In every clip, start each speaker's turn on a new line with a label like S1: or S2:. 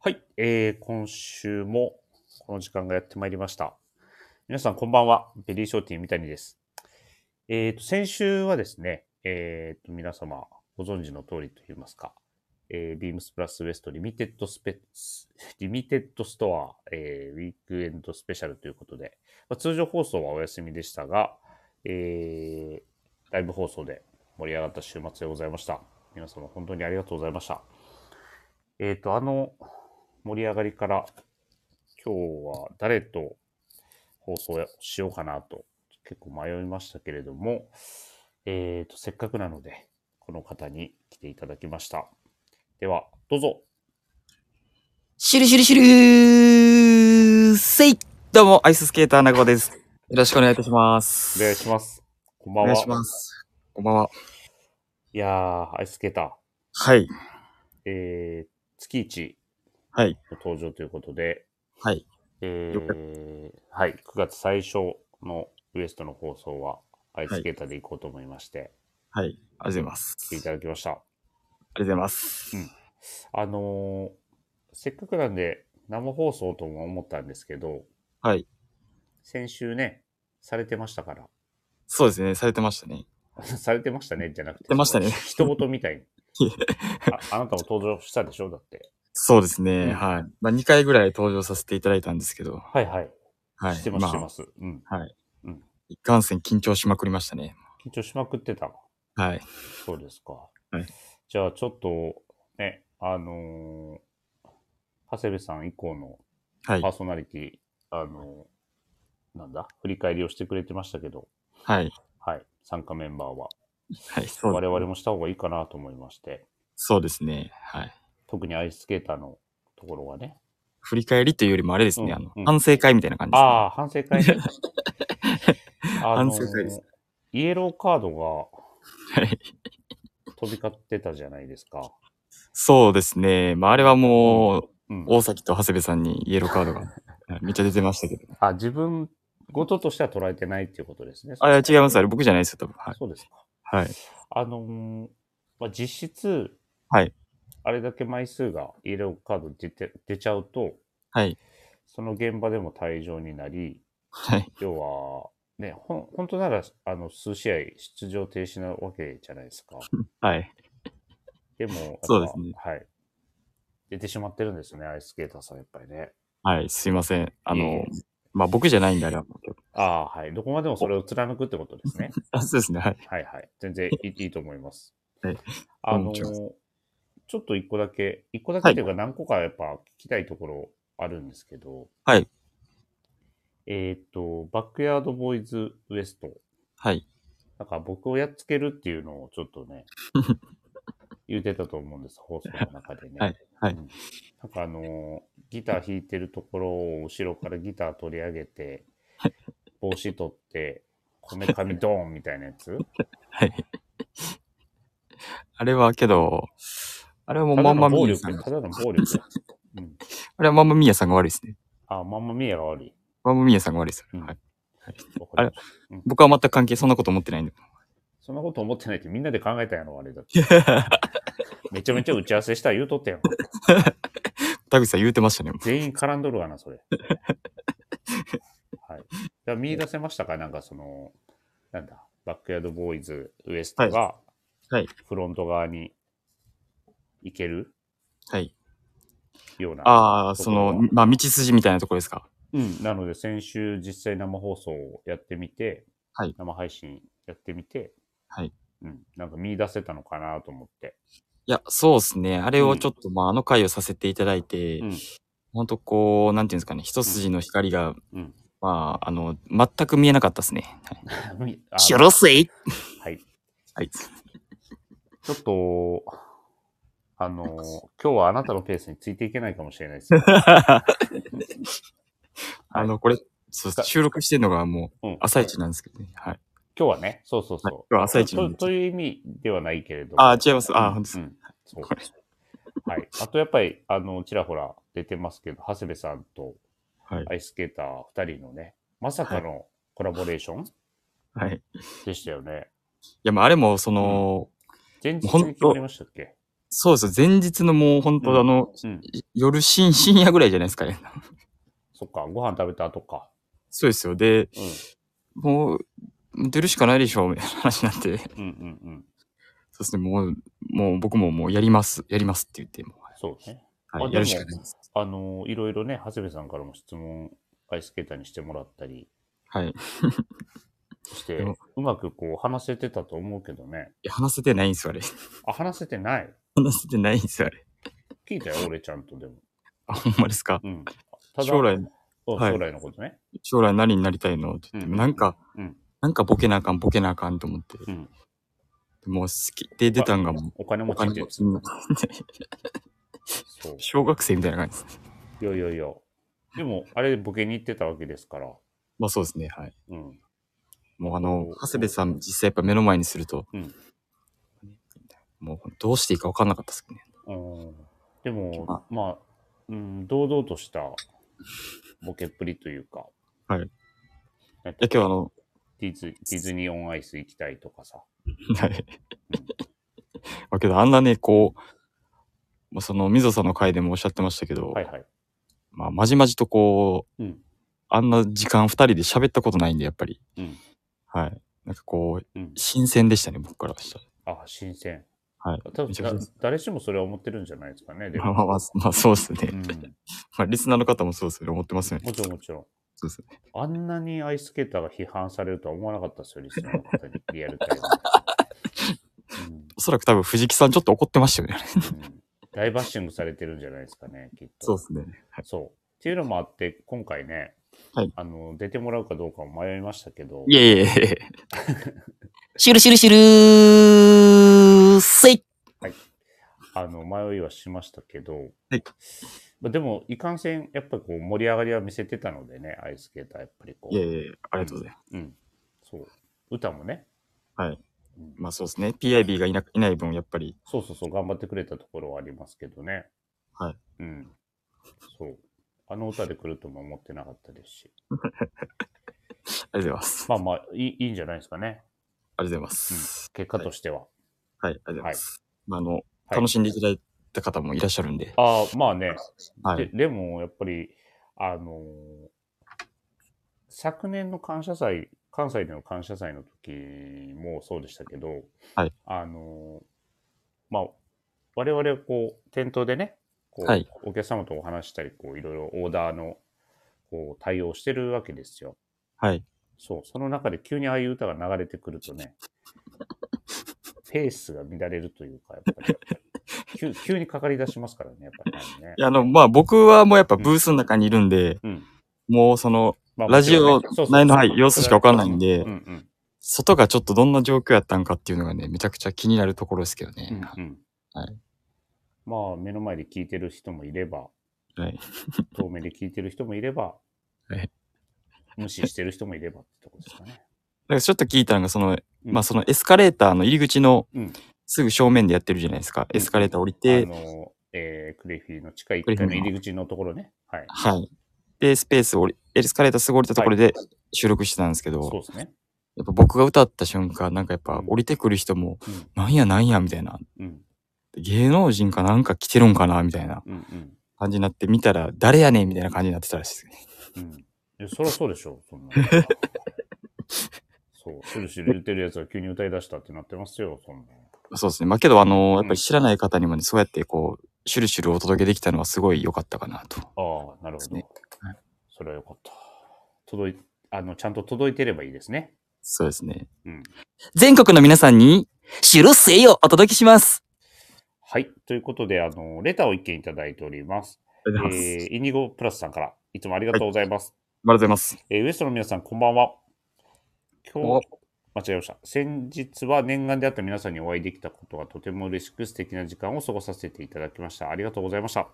S1: はい、えー、今週もこの時間がやってまいりました。皆さんこんばんは、ベリーショーティー三谷です。えっ、ー、と、先週はですね、えっ、ー、と、皆様ご存知の通りと言いますか、えー、ビームスプラスウエストリミテッドスペ、 リミテッドストア、えー、ウィークエンドスペシャルということで、まあ、通常放送はお休みでしたが、えー、ライブ放送で盛り上がった週末でございました。皆様本当にありがとうございました。えっ、ー、と、あの盛り上がりから、今日は誰と放送しようかなと結構迷いましたけれども、えっ、ー、と、せっかくなので、この方に来ていただきました。では、どうぞ。
S2: シュルシュルシュルせいどうも、アイススケーターなごです。よろしくお願いいたします。
S1: お願いします。こんばんは。
S2: お願いします。こんばんは。
S1: いやー、アイススケーター。
S2: はい。
S1: えー、月一
S2: はい。
S1: 登場ということで、
S2: はい。
S1: えー、はい、9月最初のウエストの放送は、アイスケーターで行こうと思いまして、
S2: はい、はい、ありがとうございます。
S1: 来ていただきました。あ
S2: りがとうございます。
S1: うん。あのー、せっかくなんで、生放送とも思ったんですけど、
S2: はい。
S1: 先週ね、されてましたから。
S2: そうですね、されてましたね。
S1: されてましたね、じゃなくて。
S2: てましたね。
S1: 人事みたい にあ。あなたも登場したでしょだって。
S2: そうですね、うん、はい。まあ、2回ぐらい登場させていただいたんですけど。
S1: はいはい。
S2: はい。
S1: してます、まあ、してます。
S2: うん。はい。うん。いかんせん緊張しまくりましたね。
S1: 緊張しまくってた
S2: はい。
S1: そうですか。
S2: はい。
S1: じゃあ、ちょっと、ね、あのー、長谷部さん以降のパーソナリティ、はい、あのー、なんだ、振り返りをしてくれてましたけど。
S2: はい。
S1: はい。参加メンバーは。
S2: はい、
S1: そう、ね、我々もした方がいいかなと思いまして。
S2: そうですね。はい。
S1: 特にアイススケーターのところはね。
S2: 振り返りというよりもあれですね、うん、あの、うん、反省会みたいな感じです、ね、
S1: ああ、反省会、ね
S2: あのー、反省会です、ね。
S1: イエローカード
S2: が、はい。
S1: 飛び交ってたじゃないですか。
S2: そうですね。まあ、あれはもう、うん、大崎と長谷部さんにイエローカードが、めっちゃ出てましたけど。
S1: あ、自分ごととしては捉えてないっていうことですね。
S2: あ、いや、違います。あれ僕じゃないですよ、多分。はい、
S1: そうですか。
S2: はい。
S1: あのー、まあ、実質、
S2: はい。
S1: あれだけ枚数がイエローカード出て出ちゃうと、
S2: はい、
S1: その現場でも退場になり、
S2: はい、
S1: 要は、ね、ほ本当ならあの数試合出場停止なわけじゃないです か。
S2: はい、
S1: でも、
S2: そうですね、
S1: はい、出てしまってるんですね、アイススケーターさん、やっぱりね。
S2: はい、すいません。あの、えー、まあ、僕じゃないんであれは
S1: ああ、はい。どこまでもそれを貫くってことですね。
S2: あそうですね。はい。
S1: はいはい。全然 いいいいと思います。
S2: はい、
S1: あのーちょっと一個だけ、一個だけというか何個かやっぱ聞きたいところあるんですけど。
S2: はい。
S1: えっ、ー、と、バックヤードボーイズウエスト。
S2: はい。
S1: なんか僕をやっつけるっていうのをちょっと ね、言うてたと思うんです、放送の中でね。
S2: はい。はい、うん、
S1: なんかあのギター弾いてるところを後ろからギター取り上げて、帽子取って、こめかみドーンみたいなや つ
S2: はい。あれはけど、あれはもうマンマミーヤさん。
S1: ただの暴力。
S2: うん、あれはマンマミーヤさんが悪いですね。
S1: あ、マンマミーヤが悪い。
S2: マンマミーヤさんが悪いです。うん、はい。あれ、うん、僕は全く関係、そんなこと思ってないんで。
S1: そんなこと思ってないってみんなで考えたやろ、あれだって。 めちゃめちゃ打ち合わせしたら言うとったやん。
S2: 田口さん言うてましたね。
S1: 全員絡んどるわな、 それ。はい。じゃ見出せましたかなんかその、なんだ、バックヤードボーイズウエストが、
S2: はい。
S1: フロント側にいける
S2: はい。
S1: ような。
S2: ああ、その、まあ、道筋みたいなところですか。
S1: うん。なので、先週実際生放送をやってみて、
S2: はい。
S1: 生配信やってみて、
S2: はい。
S1: うん。なんか見出せたのかなと思って。
S2: いや、そうですね。あれをちょっと、うん、まあ、あの回をさせていただいて、うん、本当こう、なんていうんですかね、一筋の光が、うん、まあ、あの、全く見えなかったですね。はい。しょろせい
S1: はい。
S2: はい。
S1: ちょっと、あのー、今日はあなたのペースについていけないかもしれないです、 ね
S2: はい。あの、これ、そう収録してるのがもう朝一なんですけどね、うん。はい。
S1: 今日はね、そうそうそう。はい、
S2: 今日は朝一と
S1: という意味ではないけれど。
S2: も。ああ、違います。ああ、本当です、うん
S1: そうはい。あと、やっぱり、あの、ちらほら出てますけど、長谷部さんとアイスケーター2人のね、まさかのコラボレーション、
S2: はい、
S1: でしたよね。
S2: いや、まあ、あれも、その、
S1: うん、前日に決まりましたっけ
S2: そうですよ。前日のもう本当あの、
S1: うんうん
S2: 夜深、深夜ぐらいじゃないですかね。
S1: そっか、ご飯食べた後か。
S2: そうですよ。で、
S1: うん
S2: もう、出るしかないでしょ、みたいな話になって。 そう
S1: うんうんうん。
S2: ですね、もう、もう僕ももうやります、やりますって言って、も
S1: そうね。
S2: う、は
S1: あ
S2: い、やるしかないです。
S1: あの、いろいろね、長谷部さんからも質問、アイスケーターにしてもらったり
S2: はい。い
S1: して
S2: でも、
S1: うまくこう話せてたと思うけどね。
S2: や話せてないんですよ、あれ。
S1: あ、話せてない。
S2: 話せてないんですよ、あれ。
S1: 聞いたよ、俺ちゃんとでも。
S2: あ、ほんまですか。
S1: うん。ただ
S2: 将来、
S1: うん
S2: はい
S1: 将来のことね。
S2: 将来何になりたいのって言って、
S1: うん
S2: なんか、
S1: うん
S2: なんかボケなあかん、ボケなあかんと思って。
S1: うん
S2: もう好きで出たんがもう、
S1: お金
S2: お
S1: 持ちっ
S2: 金
S1: て
S2: 持。ちになって
S1: そう。
S2: 小学生みたいな感じですね。
S1: いやいやいや。でも、あれボケに行ってたわけですから。
S2: まあそうですね、はい。
S1: うん。
S2: もうあ
S1: お
S2: の
S1: ー、
S2: 長谷部さん実際やっぱ目の前にすると、
S1: うん
S2: もうどうしていいか分かんなかったですけどね。
S1: うん、でも
S2: あ、
S1: まあ、うん、堂々としたボケっぷりというか。
S2: はい
S1: なん
S2: いや
S1: か。
S2: 今日あの、
S1: ディズディズニーオンアイス行きたいとかさ。
S2: はい。まあけどあんなね、こう、まあ、その水野さんの回でもおっしゃってましたけど、
S1: はいはい。
S2: まあまじまじとこう、
S1: うん
S2: あんな時間二人で喋ったことないんで、やっぱり。
S1: うん
S2: はい。なんかこう、
S1: うん。
S2: 新鮮でしたね、僕からした
S1: あ、新鮮。
S2: ら。はい。
S1: 多分
S2: めちゃく
S1: だ
S2: ち
S1: 誰しもそれは思ってるんじゃないですかね。で
S2: ゃまあ
S1: も、
S2: まあまあ、まあそうですね。
S1: うん、
S2: まあリスナーの方もそうですよね、思ってますよね
S1: も。ちろんもちろん。
S2: そうですね。
S1: あんなにアイススケーターが批判されるとは思わなかったですよ、リスナーの方に。リアルタイムで、 うん
S2: おそらく多分藤木さんちょっと怒ってましたよね。
S1: うん大バッシングされてるんじゃないですかね、きっと。
S2: そうですね。はい。
S1: そうっていうのもあって、今回ね、
S2: はい
S1: あの、出てもらうかどうかも迷いましたけど、
S2: いえいえいえいえ。
S3: シュルシュルシュルーせい
S1: あの、迷いはしましたけど、
S2: はい
S1: まあでも、いかんせん、やっぱりこう、盛り上がりは見せてたのでね、アイススケーター、やっぱりこう。
S2: いえいえ、ありがとうございます。
S1: うん。そう。歌もね。
S2: はい
S1: うん。
S2: まあそうですね。PIB がいないない分、やっぱり、
S1: そうそうそう、頑張ってくれたところはありますけどね。
S2: はい。
S1: うん。そう。あの歌で来るとも思ってなかったですし。
S2: ありがとうございます。
S1: まあまあ、いいいいんじゃないですかね。
S2: ありがとうございます。
S1: 結果としては。
S2: はい、ありがとうございます。まああの、
S1: い
S2: 楽しんでいただいた方もいらっしゃるんで。
S1: ああ、まあね。
S2: は
S1: で
S2: い。
S1: でも、やっぱり、あのー昨年の感謝祭、関西での感謝祭の時もそうでしたけど、
S2: はい
S1: あのーまあ、我々はこう、店頭でね、こう
S2: はい
S1: お客様とお話したり、こう、いろいろオーダーの、こう、対応してるわけですよ。
S2: はい。
S1: そう、その中で急にああいう歌が流れてくると ね、ペースが乱れるというか、やっぱり、急急にかかり出しますからね、やっぱりね
S2: い。や、あの、まあ僕はもうやっぱブースの中にいるんで、
S1: うん
S2: もうその、
S1: まあ
S2: ラジ
S1: も
S2: オ
S1: ちろんねそうそう
S2: 内のはい様子しかわかんないんで
S1: うんうん
S2: 外がちょっとどんな状況やったんかっていうのがね、めちゃくちゃ気になるところですけどね。
S1: うんうん
S2: はい
S1: まあ、目の前で聞いてる人もいれば、
S2: はい。
S1: 遠目で聞いてる人もいれば
S2: はい、
S1: 無視してる人もいればってとこですかね。
S2: だからちょっと聞いたのが、その、
S1: うん
S2: まあそのエスカレーターの入り口の
S1: うん
S2: すぐ正面でやってるじゃないですか。エスカレーター降りて、
S1: あの、えークレフィーの地下1階の入り口のところね。はい。
S2: はい。で、スペースを降り、エスカレーターすぐ降りたところで収録してたんですけど、
S1: そうですね。
S2: やっぱ僕が歌った瞬間、なんかやっぱ
S1: うん
S2: 降りてくる人も、なんやなんやみたいな、
S1: うん。うん。
S2: 芸能人かなんか来てるんかなみたいな
S1: うん。うん。
S2: 感じになって、見たら誰やねんみたいな感じになってたらしいですね。
S1: うん。えそりゃそうでしょ、そんな。そう、シュルシュル言ってるやつが急に歌い出したってなってますよ、そんな。
S2: そうですね。まあけど、あのやっぱ
S1: うん
S2: り知らない方にもね、そうやってこう、シュルシュルお届けできたのはすごい良かったかなと。
S1: ああ、なる
S2: です
S1: ほ
S2: ね
S1: ど
S2: はい。
S1: それはよかった。届い、あの、ちゃんと届いてればいいですね。
S2: そうですね。
S1: うん。
S3: 全国の皆さんに、シュルせいをお届けします。
S1: はい。ということで、あの、レターを一件いただいております。
S2: ありがとうございます。
S1: えー、インディゴプラスさんから、いつもありがとうございます。
S2: ありがとうございます。
S1: えーウエストの皆さん、こんばんは。今
S2: お
S1: 日、間違えました。先日は念願であった皆さんにお会いできたことがとても嬉しく、素敵な時間を過ごさせていただきました。ありがとうございました。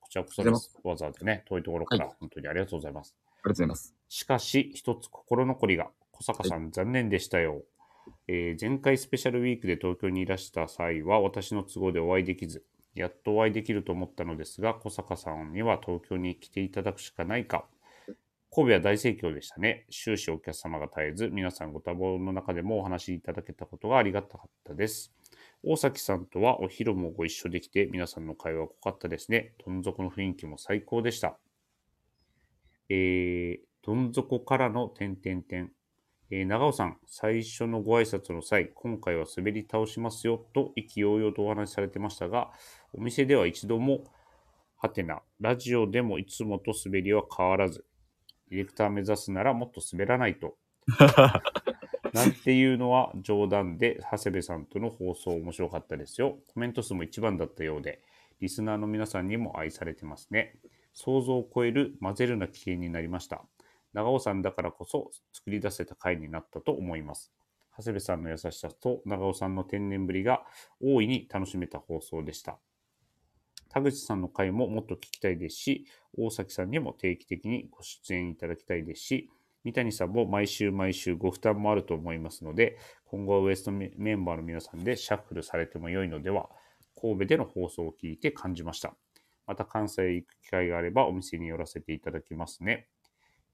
S1: こちらこそです。わざわざね、遠いところから、
S2: は
S1: 本当にありがとうございます。
S2: ありがとうございます。
S1: しかし、一つ心残りが、小坂さん、残念でしたよ。えー前回スペシャルウィークで東京にいらした際は、私の都合でお会いできず、やっとお会いできると思ったのですが、小坂さんには東京に来ていただくしかないか。神戸は大盛況でしたね。終始お客様が絶えず、皆さんご多忙の中でもお話しいただけたことがありがたかったです。大崎さんとはお昼もご一緒できて、皆さんの会話濃かったですね。どん底の雰囲気も最高でした。えー、どん底からの点々点。えー長尾さん、最初のご挨拶の際、今回は滑り倒しますよと意気揚々とお話しされてましたが、お店では一度も、はてな、ラジオでもいつもと滑りは変わらず、ディレクター目指すならもっと滑らないと。なんていうのは冗談で、長谷部さんとの放送面白かったですよ。コメント数も一番だったようで、リスナーの皆さんにも愛されてますね。想像を超える混ぜるな危険になりました。長尾さんだからこそ作り出せた回になったと思います。長谷部さんの優しさと長尾さんの天然ぶりが大いに楽しめた放送でした。田口さんの回ももっと聞きたいですし、大崎さんにも定期的にご出演いただきたいですし、三谷さんも毎週毎週ご負担もあると思いますので、今後はウエストメメンバーの皆さんでシャッフルされても良いのでは、神戸での放送を聞いて感じました。また関西へ行く機会があればお店に寄らせていただきますね。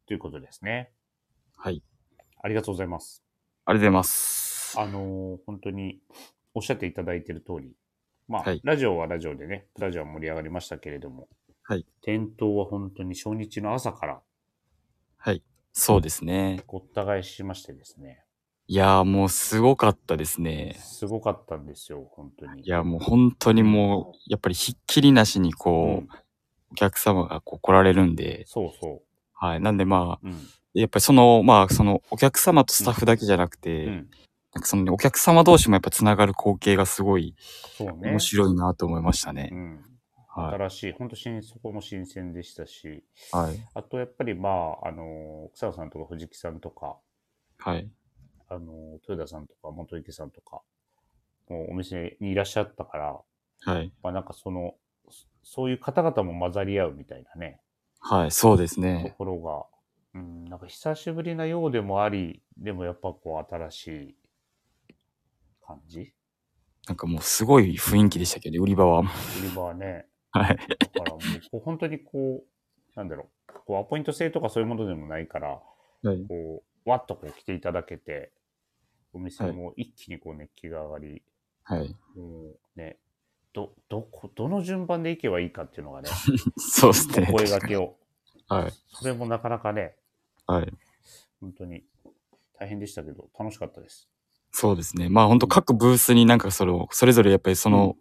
S1: ということですね。
S2: はい。
S1: ありがとうございます。
S2: ありがとうございます。
S1: あのー本当におっしゃっていただいている通り、まあ、
S2: はい
S1: ラジオはラジオでね、ラジオは盛り上がりましたけれども、
S2: はい
S1: 店頭は本当に初日の朝から
S2: そうですね。
S1: ごった返ししましてですね、
S2: いやーもうすごかったですね。
S1: すごかったんですよ、本当に。
S2: いやもう本当にもう、やっぱりひっきりなしにこう、
S1: うん
S2: お客様がこう来られるんで、
S1: そうそ
S2: はい。なんでま
S1: う。うん。
S2: あ、やっぱりその、まあそのお客様とスタッフだけじゃなくて、
S1: うん
S2: なんかそのねお客様同士もやっぱつながる光景がすごい
S1: そうね。
S2: 面白いなと思いましたね。
S1: うん。
S2: は
S1: 新しい、本当新、そこも新鮮でしたし、
S2: い。はい。
S1: あとやっぱりまあ、あのー、草野さんとか藤木さんとか、
S2: はい。
S1: あの、豊田さんとか元池さんとか、もうお店にいらっしゃったから、
S2: はい。
S1: まあなんかその、そそういう方々も混ざり合うみたいなね、
S2: はい。そうです
S1: と
S2: ね。
S1: ころが、うん、なんか久しぶりなようでもあり、でもやっぱこう新しい感じ
S2: なんかもうすごい雰囲気でしたけどね、売り場は。
S1: 売り場はね、
S2: は
S1: だ
S2: い。
S1: からもうこう本当にこう、なんだろう、こうアポイント制とかそういうものでもないから、
S2: はい。
S1: こう、わっとこう来ていただけて、お店も一気にこう熱気が上がり、
S2: はい。
S1: もうね、ど、どこ、どの順番で行けばいいかっていうのがね、
S2: そうです
S1: お
S2: ね。
S1: 声掛けを。
S2: はい。
S1: それもなかなかね、
S2: はい。
S1: 本当に大変でしたけど、楽しかったです。
S2: そうですね。まあ本当各ブースになんかそれを、それぞれやっぱりその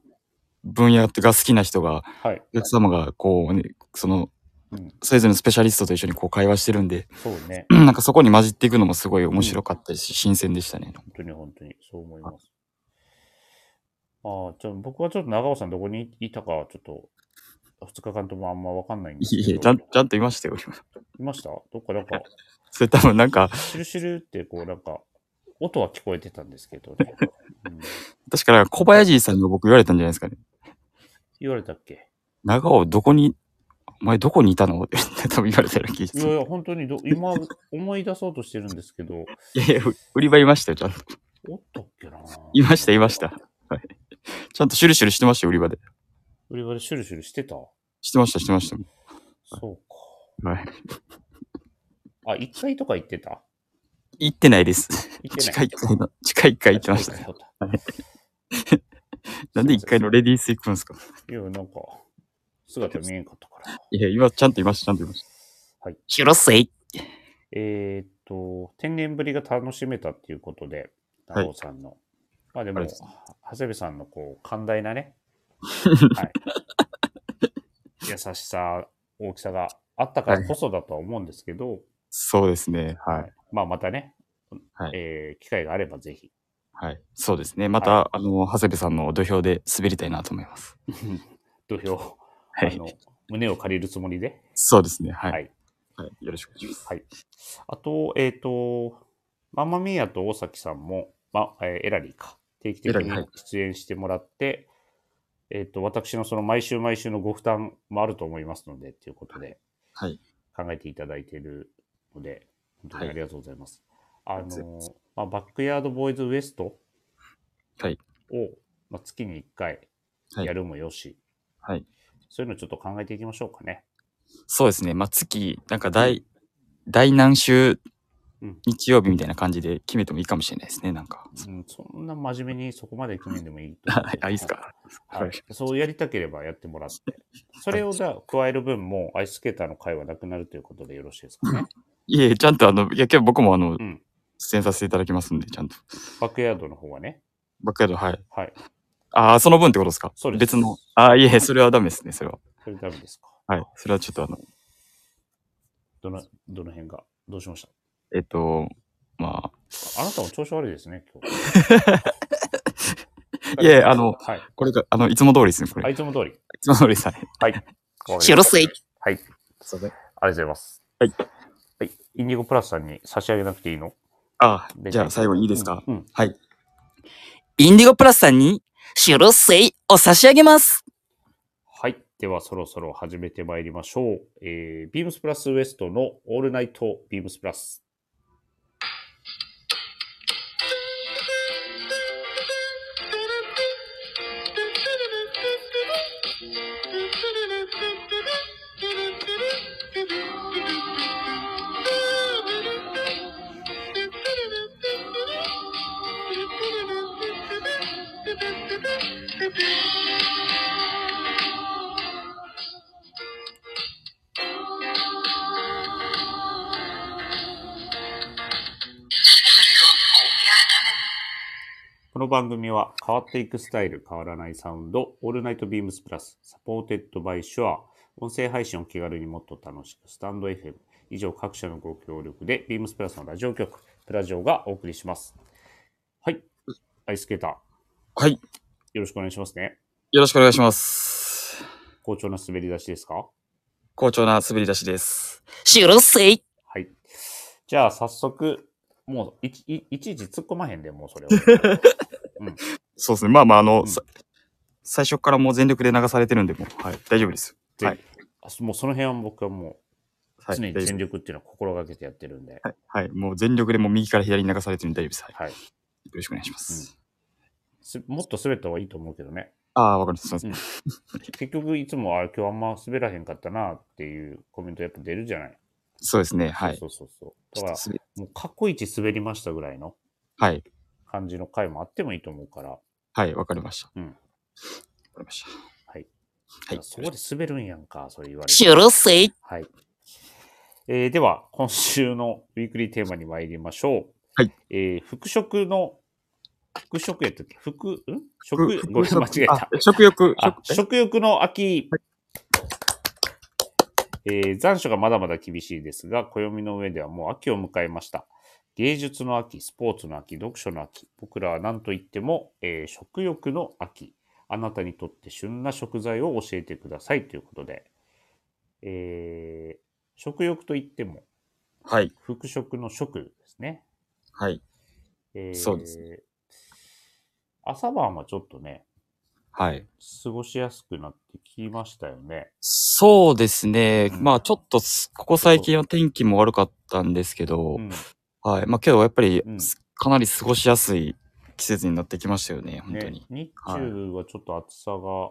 S2: 分野が好きな人が、
S1: はい。
S2: お客様がこうね、その、
S1: うん、
S2: それぞれのスペシャリストと一緒にこう会話してるんで、
S1: そう ね。
S2: なんかそこに混じっていくのもすごい面白かったし、新鮮でしたね。
S1: 本当に本当に、そう思います。ああ、ちょ僕はちょっと長尾さんどこにいたかはちょっと、2日間ともあんまわかんないんです
S2: い
S1: けど。
S2: えいえ、ちゃん、ちゃんといましたよ、今
S1: いましたどっかなんか、
S2: それ多分なんか、
S1: シュルシュルってこうなんか、音は聞こえてたんですけどね。うん、
S2: 確か小林さんにも僕言われたんじゃないですかね。
S1: 言われたっけ
S2: 長尾、どこに、お前どこにいたのって多分言われたような気がす
S1: い
S2: る
S1: やいや、本当にど、今、思い出そうとしてるんですけど、
S2: いやいや、売り場いましたよ、ちゃんと。
S1: おったっけない
S2: ました、いました。。はい。ちゃんとシュルシュルしてましたよ、売り場で。
S1: 売り場でシュルシュルしてた
S2: してました、してまし
S1: そう
S2: た。はい。
S1: か。あ、1階とか行ってた
S2: 行ってないです。
S1: 行って
S2: 地
S1: ない
S2: 下1階の、地下1階行って ました。
S1: そうだ
S2: なんで1階のレディース行くんですか
S1: いや、なんか、姿見えんかったから。
S2: いや、今、ちゃんといました、ちゃんといました。
S3: シュロスイ
S1: えーっと、天然ぶりが楽しめたっていうことで、
S2: はい
S1: 長尾さんの。まあでも、
S2: あ
S1: は
S2: りがとう
S1: 長谷部さんのこう、寛大な ね、はい、優しさ、大きさがあったからこそだとは思うんですけど、
S2: そうですね。はい。
S1: まあまたね、
S2: はい
S1: えー機会があればぜひ。
S2: はい。そうですね。また、あの、長谷部さんの土俵で滑りたいなと思います。
S1: 土俵、
S2: は
S1: あ
S2: い
S1: の。胸を借りるつもりで。
S2: そうですね。はい。
S1: は
S2: はいい。よろしくお願いします。
S1: はい。あと、えっ、と、ママミーヤと大崎さんも、ま、えーエラリーか、定期的
S2: エラリーは
S1: に
S2: い
S1: 出演してもらって、えっ、と、私のその毎週毎週のご負担もあると思いますので、ということで、
S2: はい。
S1: 考えていただいているので、本当にありがとうございます。あ
S2: りがとうござい
S1: の
S2: ます、
S1: まあ、バックヤードボーイズウエストを、
S2: はい
S1: まあ、月に1回
S2: はい
S1: やるもよし、
S2: はい。
S1: そういうのちょっと考えていきましょうかね。
S2: そうですね。まあ、月、なんか、第、第何週
S1: うん
S2: 日曜日みたいな感じで決めてもいいかもしれないですね、なんか。
S1: うん、そんな真面目にそこまで決めんでもいいと思う
S2: は い、あ、いいっすか。
S1: はい
S2: はい
S1: そうやりたければやってもらって。 それをじゃあ加える分もアイススケーターの会はなくなるということでよろしいですかね。
S2: いえ、ちゃんとあの、いや、今日僕もあの、
S1: うん
S2: 出演させていただきますんで、ちゃんと。
S1: バックヤードの方はね。
S2: バックヤード、はい。
S1: はい。
S2: ああ、その分ってことですか
S1: そうです
S2: 別の。ああ、いえ、それはダメですね、それは。
S1: それダメですか。
S2: はい。それはちょっとあの、
S1: どの、どの辺が、どうしまし
S2: えっと、まあ、
S1: たあなたも調子悪いですね、今日。
S2: いえあの
S1: はい。
S2: これが、あの、いつも通りですね、これ。
S1: あ
S2: い、
S1: いつも通り。
S2: つも通りです。はい。
S3: シュルスイ。
S1: はい。ありがとうございます。
S2: はい。
S1: はい。インディゴプラスさんに差し上げなくていいの
S2: ああ、じゃあ最後にいいですか、
S1: うん。うん
S2: はい。
S3: インディゴプラスさんに、シュルスイを差し上げます。
S1: はい。では、そろそろ始めてまいりましょう。えー、ビームスプラスウエストのオールナイトビームスプラス。この番組は変わっていくスタイル変わらないサウンド、オールナイトビームスプラス、サポーテッドバイシュア、音声配信を気軽にもっと楽しく、スタンド FM、以上各社のご協力で、ビームスプラスのラジオ局、プラジオがお送りします。はい。アイスケーター、よ
S2: はい。
S1: ろしくお願いしますね。
S2: よろしくお願いします。
S1: 好調な滑り出しですか
S2: 好調な滑り出しです。
S3: シュルスイ。
S1: はい。じゃあ、早速、もういち、いいちいち突っ込まへんで、もうそれを。
S2: そうですね。まあまあ、あの、
S1: うん
S2: さ最初からもう全力で流されてるんで、もう、はい、大丈夫です。
S1: で
S2: はい
S1: あもうその辺は僕はも
S2: は
S1: う、
S2: い、
S1: 常に
S2: 大丈夫
S1: 全力っていうのを心がけてやってるんで。
S2: はい、はい、もう全力でもう右から左に流されてるんで大丈夫です。はい、よ
S1: はい。
S2: ろしくお願いします。
S1: すもっと滑った方がいいと思うけどね。
S2: ああ、わかります。すいません
S1: 結局いつも、あ今日あんま滑らへんかったなっていうコメントやっぱ出るじゃない。
S2: そうですね。はい。
S1: そうそうそうそう。だか
S2: ちょっと滑り
S1: ら、もう過去一滑りましたぐらいの
S2: はい。
S1: 感じの回もあってもいいと思うから、
S2: はい、わかりました。
S1: うん
S2: わかりました。
S1: はい。
S2: はい。
S1: そこで滑るんやんか、それ言われて
S3: シュルスイ。
S1: はい。えーでは、今週のウィークリーテーマに参りましょう。
S2: はい。
S1: えー服飾の、服飾やったっけ服、ん食、
S2: 食
S1: ごめん、間違えた。
S2: あ食欲、
S1: あ
S2: 食
S1: 食欲の秋。えー残暑がまだまだ厳しいですが、暦の上ではもう秋を迎えました。芸術の秋、スポーツの秋、読書の秋、僕らは何と言っても、えー食欲の秋、あなたにとって旬な食材を教えてくださいということで、えー食欲といっても、
S2: はい。
S1: 服飾の食ですね。
S2: はい。
S1: えー
S2: そうです
S1: 朝晩はちょっとね、
S2: はい。
S1: 過ごしやすくなってきましたよね。
S2: そうですね。
S1: うん
S2: まあ、ちょっとす、ここ最近は天気も悪かったんですけど、
S1: うん
S2: はい。まあ、けど、やっぱり、
S1: うん
S2: かなり過ごしやすい季節になってきましたよね、本当に。
S1: ね、日中はちょっと暑さが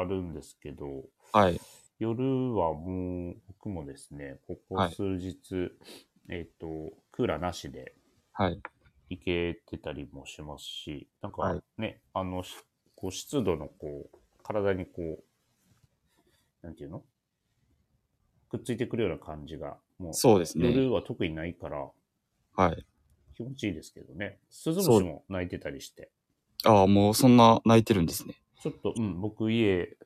S1: あるんですけど、
S2: はい。
S1: 夜はもう僕もですね、ここ数日、えっ、と、クーラーなしで
S2: はい。
S1: 行けてたりもしますし、なん
S2: は
S1: か
S2: い
S1: ね、あの、しこう湿度のこう、体にこう、なんていうのくっついてくるような感じが、もう、
S2: そうですね。
S1: 夜は特にないから、
S2: はい。
S1: 気持ちいいですけどね。鈴虫も鳴いてたりして。
S2: ああ、もうそんな泣いてるんですね。
S1: ちょっと、うん、僕家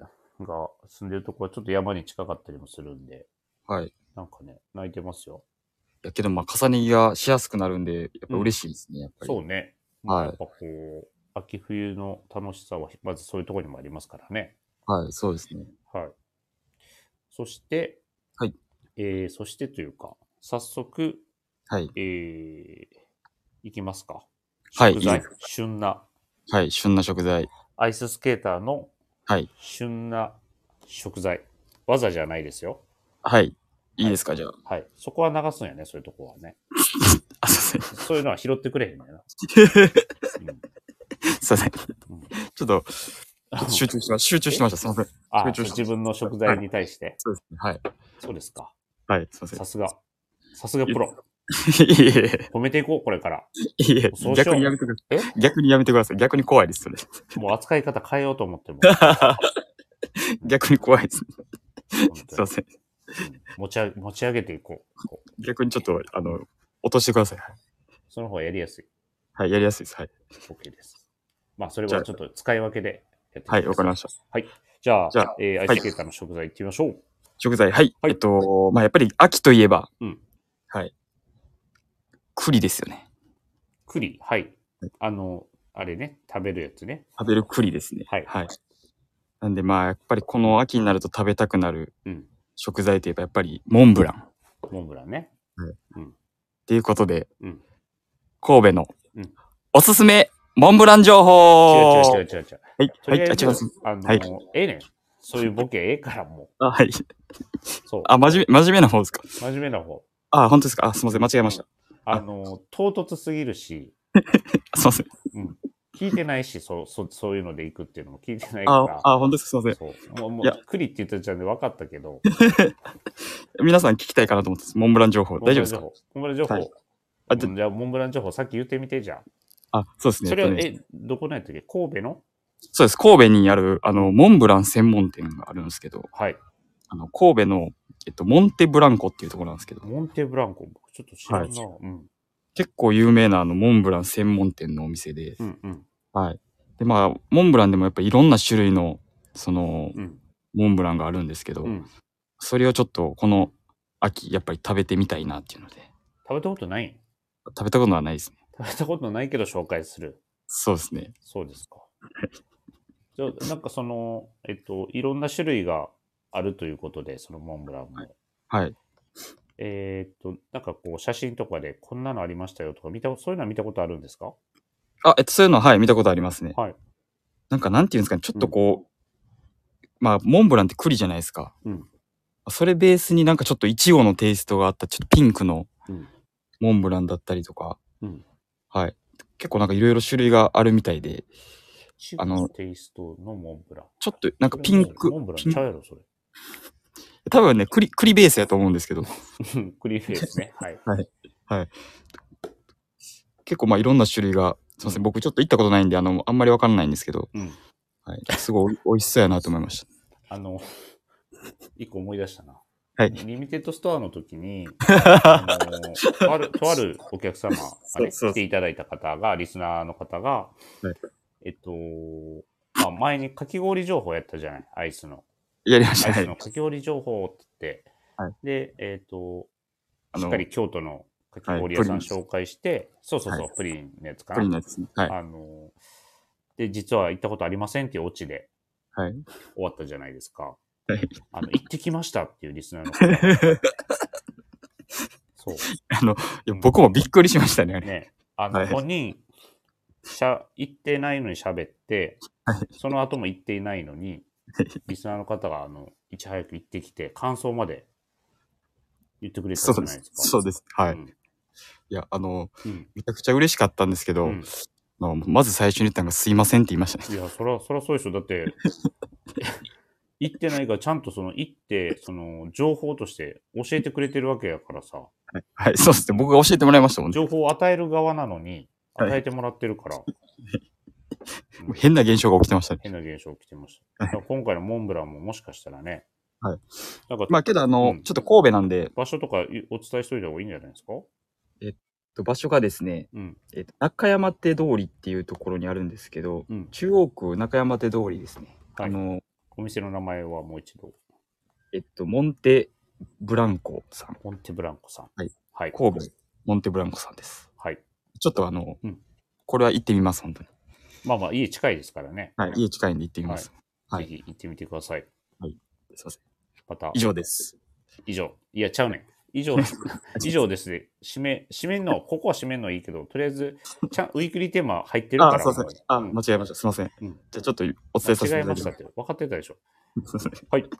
S1: が住んでるとこはちょっと山に近かったりもするんで、
S2: はい。い
S1: なんかね、泣いてますよ。
S2: やけど、まあ、重ね着がしやすくなるんで、やっぱ嬉しいですね、やっぱり。
S1: そうね。
S2: はい
S1: やっぱこう、秋冬の楽しさは、まずそういうところにもありますからね。
S2: はい、そうですね。
S1: はい。そして、
S2: はい。
S1: えー、そしてというか、早速、
S2: はい。
S1: えー、いきますか。
S2: はい
S1: 食材
S2: いいで
S1: 旬な、
S2: はい、旬な食材。
S1: アイススケーターの
S2: はい。
S1: 旬な食材。わざじゃないですよ。
S2: はい。いいですか、じゃあ。
S1: はい。そこは流すんやね、そういうとこはね。
S2: あ、すいません。
S1: そういうのは拾ってくれへんねんな。
S2: すいません。
S1: うん
S2: ちょっと、集中してました。集中してました。すいません。
S1: あ
S2: 集中して
S1: 自分の食材に対して。
S2: そうですね。はい。
S1: そうですか。
S2: はい、すいません
S1: さ。すが。さすがプロ。
S2: いえいえ
S1: 止めていこう、これから。
S2: いえ
S1: そうしよう
S2: 逆にやめてくだ
S1: え
S2: さい。逆にやめてください。逆に怖いです、それ。
S1: もう扱い方変えようと思っても。
S2: 逆に怖いです。すいません。
S1: 持ち上げ持ち上げていこう。こう
S2: 逆にちょっと、あの、落としてください。
S1: その方がやりやすい。
S2: はい、やりやすいです。はい。
S1: OK です。まあ、それはちょっと使い分けでやってくださ
S2: はい、わかりました。
S1: じゃあ、
S2: じゃあ
S1: えー、
S2: い
S1: 愛知県からの食材行ってみましょう。
S2: 食材、はい。
S1: はい
S2: えっと、まあ、やっぱり秋といえば、
S1: うん
S2: はい。栗ですよね。
S1: 栗、はい。あの、あれね、食べるやつね。
S2: 食べる栗ですね。
S1: はい
S2: なんで、まあ、やっぱりこの秋になると食べたくなる
S1: うん。
S2: 食材といえば、やっぱりモンブラン。っ
S1: モンブランね。
S2: ていうことで、
S1: うん
S2: 神戸の
S1: うん
S2: おすすめモンブラン情
S1: 違う
S2: 報
S1: 違う違う違う違う。
S2: はい、
S1: と
S2: はい、
S1: りあ
S2: あ違
S1: え
S2: い
S1: ず
S2: ます。
S1: あの、
S2: はい
S1: ええねん。そういうボケええからも
S2: あ、はい。
S1: う。そう。
S2: あ、真面目、真面目な方ですか
S1: 真面目な方。
S2: あ、本当ですかあ、すみません、間違えました。
S1: あの、唐突すぎるし、
S2: すみません。
S1: 聞いてないし、そう、そう、そういうので行くっていうのも聞いてないか、
S2: あ
S1: ら。
S2: あ、本当です。すみませ
S1: そう。もう、も
S2: いや
S1: う、栗って言ったじゃんで分かったけど。
S2: ん。皆さん聞きたいかなと思ってます。モンブラン情報。大丈夫ですか
S1: モンブラン情報。モンブラン
S2: はい
S1: 情報
S2: あで
S1: うんじゃあ、モンブラン情報、さっき言ってみてじゃん。
S2: あ、そうですね。
S1: それは
S2: えっ、とね
S1: え、どこのやったっけ神戸の
S2: そうです。神戸にある、あの、モンブラン専門店があるんですけど、
S1: はい。
S2: あの、神戸の、えっと、モンテブランコっていうところなんですけど、
S1: モンテブランコ。僕ちょっと知らんな。うん。
S2: 結構有名なあの、モンブラン専門店のお店で
S1: う、んうん。
S2: はい。で、まあ、モンブランでもやっぱいろんな種類の、その、
S1: うん。
S2: モンブランがあるんですけど、
S1: うん。
S2: それをちょっと、この秋、やっぱり食べてみたいなっていうので、
S1: 食べたことない
S2: 食べたことはないですね。
S1: 食べたことないけど紹介する。
S2: そうですね。
S1: そうですか。じゃあなんかその、えっと、いろんな種類があるということで、そのモンブランも。
S2: はい。
S1: えーっと、なんかこう、写真とかでこんなのありましたよとか、見たそういうのは見たことあるんですか
S2: あ、えっと、そういうのは、はい、見たことありますね。
S1: はい。
S2: なんか、なんていうんですかね、ちょっとこう、まあ、モンブランって栗じゃないですか。
S1: うん
S2: それベースになんかちょっとイチゴのテイストがあった、ちょっとピンクの
S1: うん
S2: モンブランだったりとか、
S1: うん
S2: はい。結構なんかいろいろ種類があるみたいで、
S1: チ
S2: あ
S1: ー
S2: の
S1: ズテイストのモンブラン。
S2: ちょっとなんかピンク
S1: モンブラ、
S2: ピ
S1: ン
S2: ン
S1: ちゃうやろ、それ。
S2: 多分ね、栗、栗ベースやと思うんですけど、
S1: クリフェイ スね。はい。
S2: 結構まあいろんな種類が、すみません、僕ちょっと行ったことないんで、あの、あんまりわかんないんですけど、
S1: うん
S2: はい。すごい美味しそうやなと思いました。
S1: あの、一個思い出したな。
S2: はい
S1: リミテッドストアの時 に、あのとある、とあるお客様、あれ、
S2: そうそう
S1: 来ていただいた方が、リスナーの方が、
S2: い
S1: えっと、まあ、前にかき氷情報やったじゃない、アイスの。
S2: やりました。
S1: アイ
S2: は
S1: ス
S2: い
S1: の。かき氷情報って言って、
S2: はい
S1: で、えっ、と、
S2: あ
S1: し
S2: の
S1: っかり京都のかき氷屋さん
S2: はいプリン
S1: 紹介して、そうそうそう、
S2: はい
S1: プリンのやつかな。
S2: プリンのやつですね。はい。
S1: あの、で、実は行ったことありませんっていうオチで
S2: はい。
S1: 終わったじゃないですか。
S2: はい
S1: あの、行ってきましたっていうリスナーの 方がそう。
S2: あの、いや僕もびっくりしましたね、あれ。
S1: ね、あの、
S2: はい
S1: 本人しゃ、行ってないのに喋って
S2: はい、
S1: その後も行っていないのに、リスナーの方が、あの、いち早く行ってきて、感想まで言ってくれたじ
S2: そ
S1: ゃ
S2: う
S1: ない
S2: です
S1: です。か。
S2: そうです。はい。
S1: うん
S2: いや、あの、
S1: うん
S2: めちゃくちゃ嬉しかったんですけど、
S1: うん
S2: まあまず最初に言ったのがすいませんって言いましたね。
S1: い や、そら、そらそうでしょ。だって、 行ってないから、ちゃんとその、行って、その、情報として教えてくれてるわけやからさ、
S2: はい、そうですね。僕が教えてもらいましたもんね。
S1: 情報を与える側なのに、
S2: はい
S1: 与えてもらってるから、うん
S2: 変な現象が起きてましたね。
S1: 変な現象起きてました。だから今回のモンブランももしかしたらね、
S2: はい、
S1: なんか
S2: まあけど、あの、
S1: うん
S2: ちょっと神戸なんで、
S1: 場所とかいお伝えしといた方がいいんじゃないですか
S2: 場所がですね、
S1: うん。
S2: えっと中山手通りっていうところにあるんですけど、
S1: うん
S2: 中央区中山手通りですね。
S1: はい
S2: あの、
S1: お店の名前はもう一度、
S2: えっと、モンテブランコさん。
S1: モンテブランコさん。
S2: はい。
S1: はい。
S2: 神戸、モンテブランコさんです。
S1: はい。
S2: ちょっとあの、
S1: うん
S2: これは行ってみます、本当に。
S1: まあまあ、家近いですからね。
S2: はい、家近いんで行ってみます。はい
S1: ぜひ行ってみてください。
S2: すいません。
S1: また、
S2: 以上です。
S1: 以上。いや、ちゃうねん。以 上、以上ですね。締め、締めんの、ここは締めんのいいけど、とりあえず、ちゃんウィークリーテーマ入ってるから。
S2: あ、すいません
S1: もう。
S2: あ、
S1: うん
S2: 間違えました。すいません。
S1: うん
S2: じゃあちょっとお伝えさせて
S1: 間違え
S2: いただ
S1: ま
S2: き
S1: し
S2: ま
S1: た
S2: す
S1: っ。て、分かってたでしょ。
S2: すい ません。
S1: はい。行き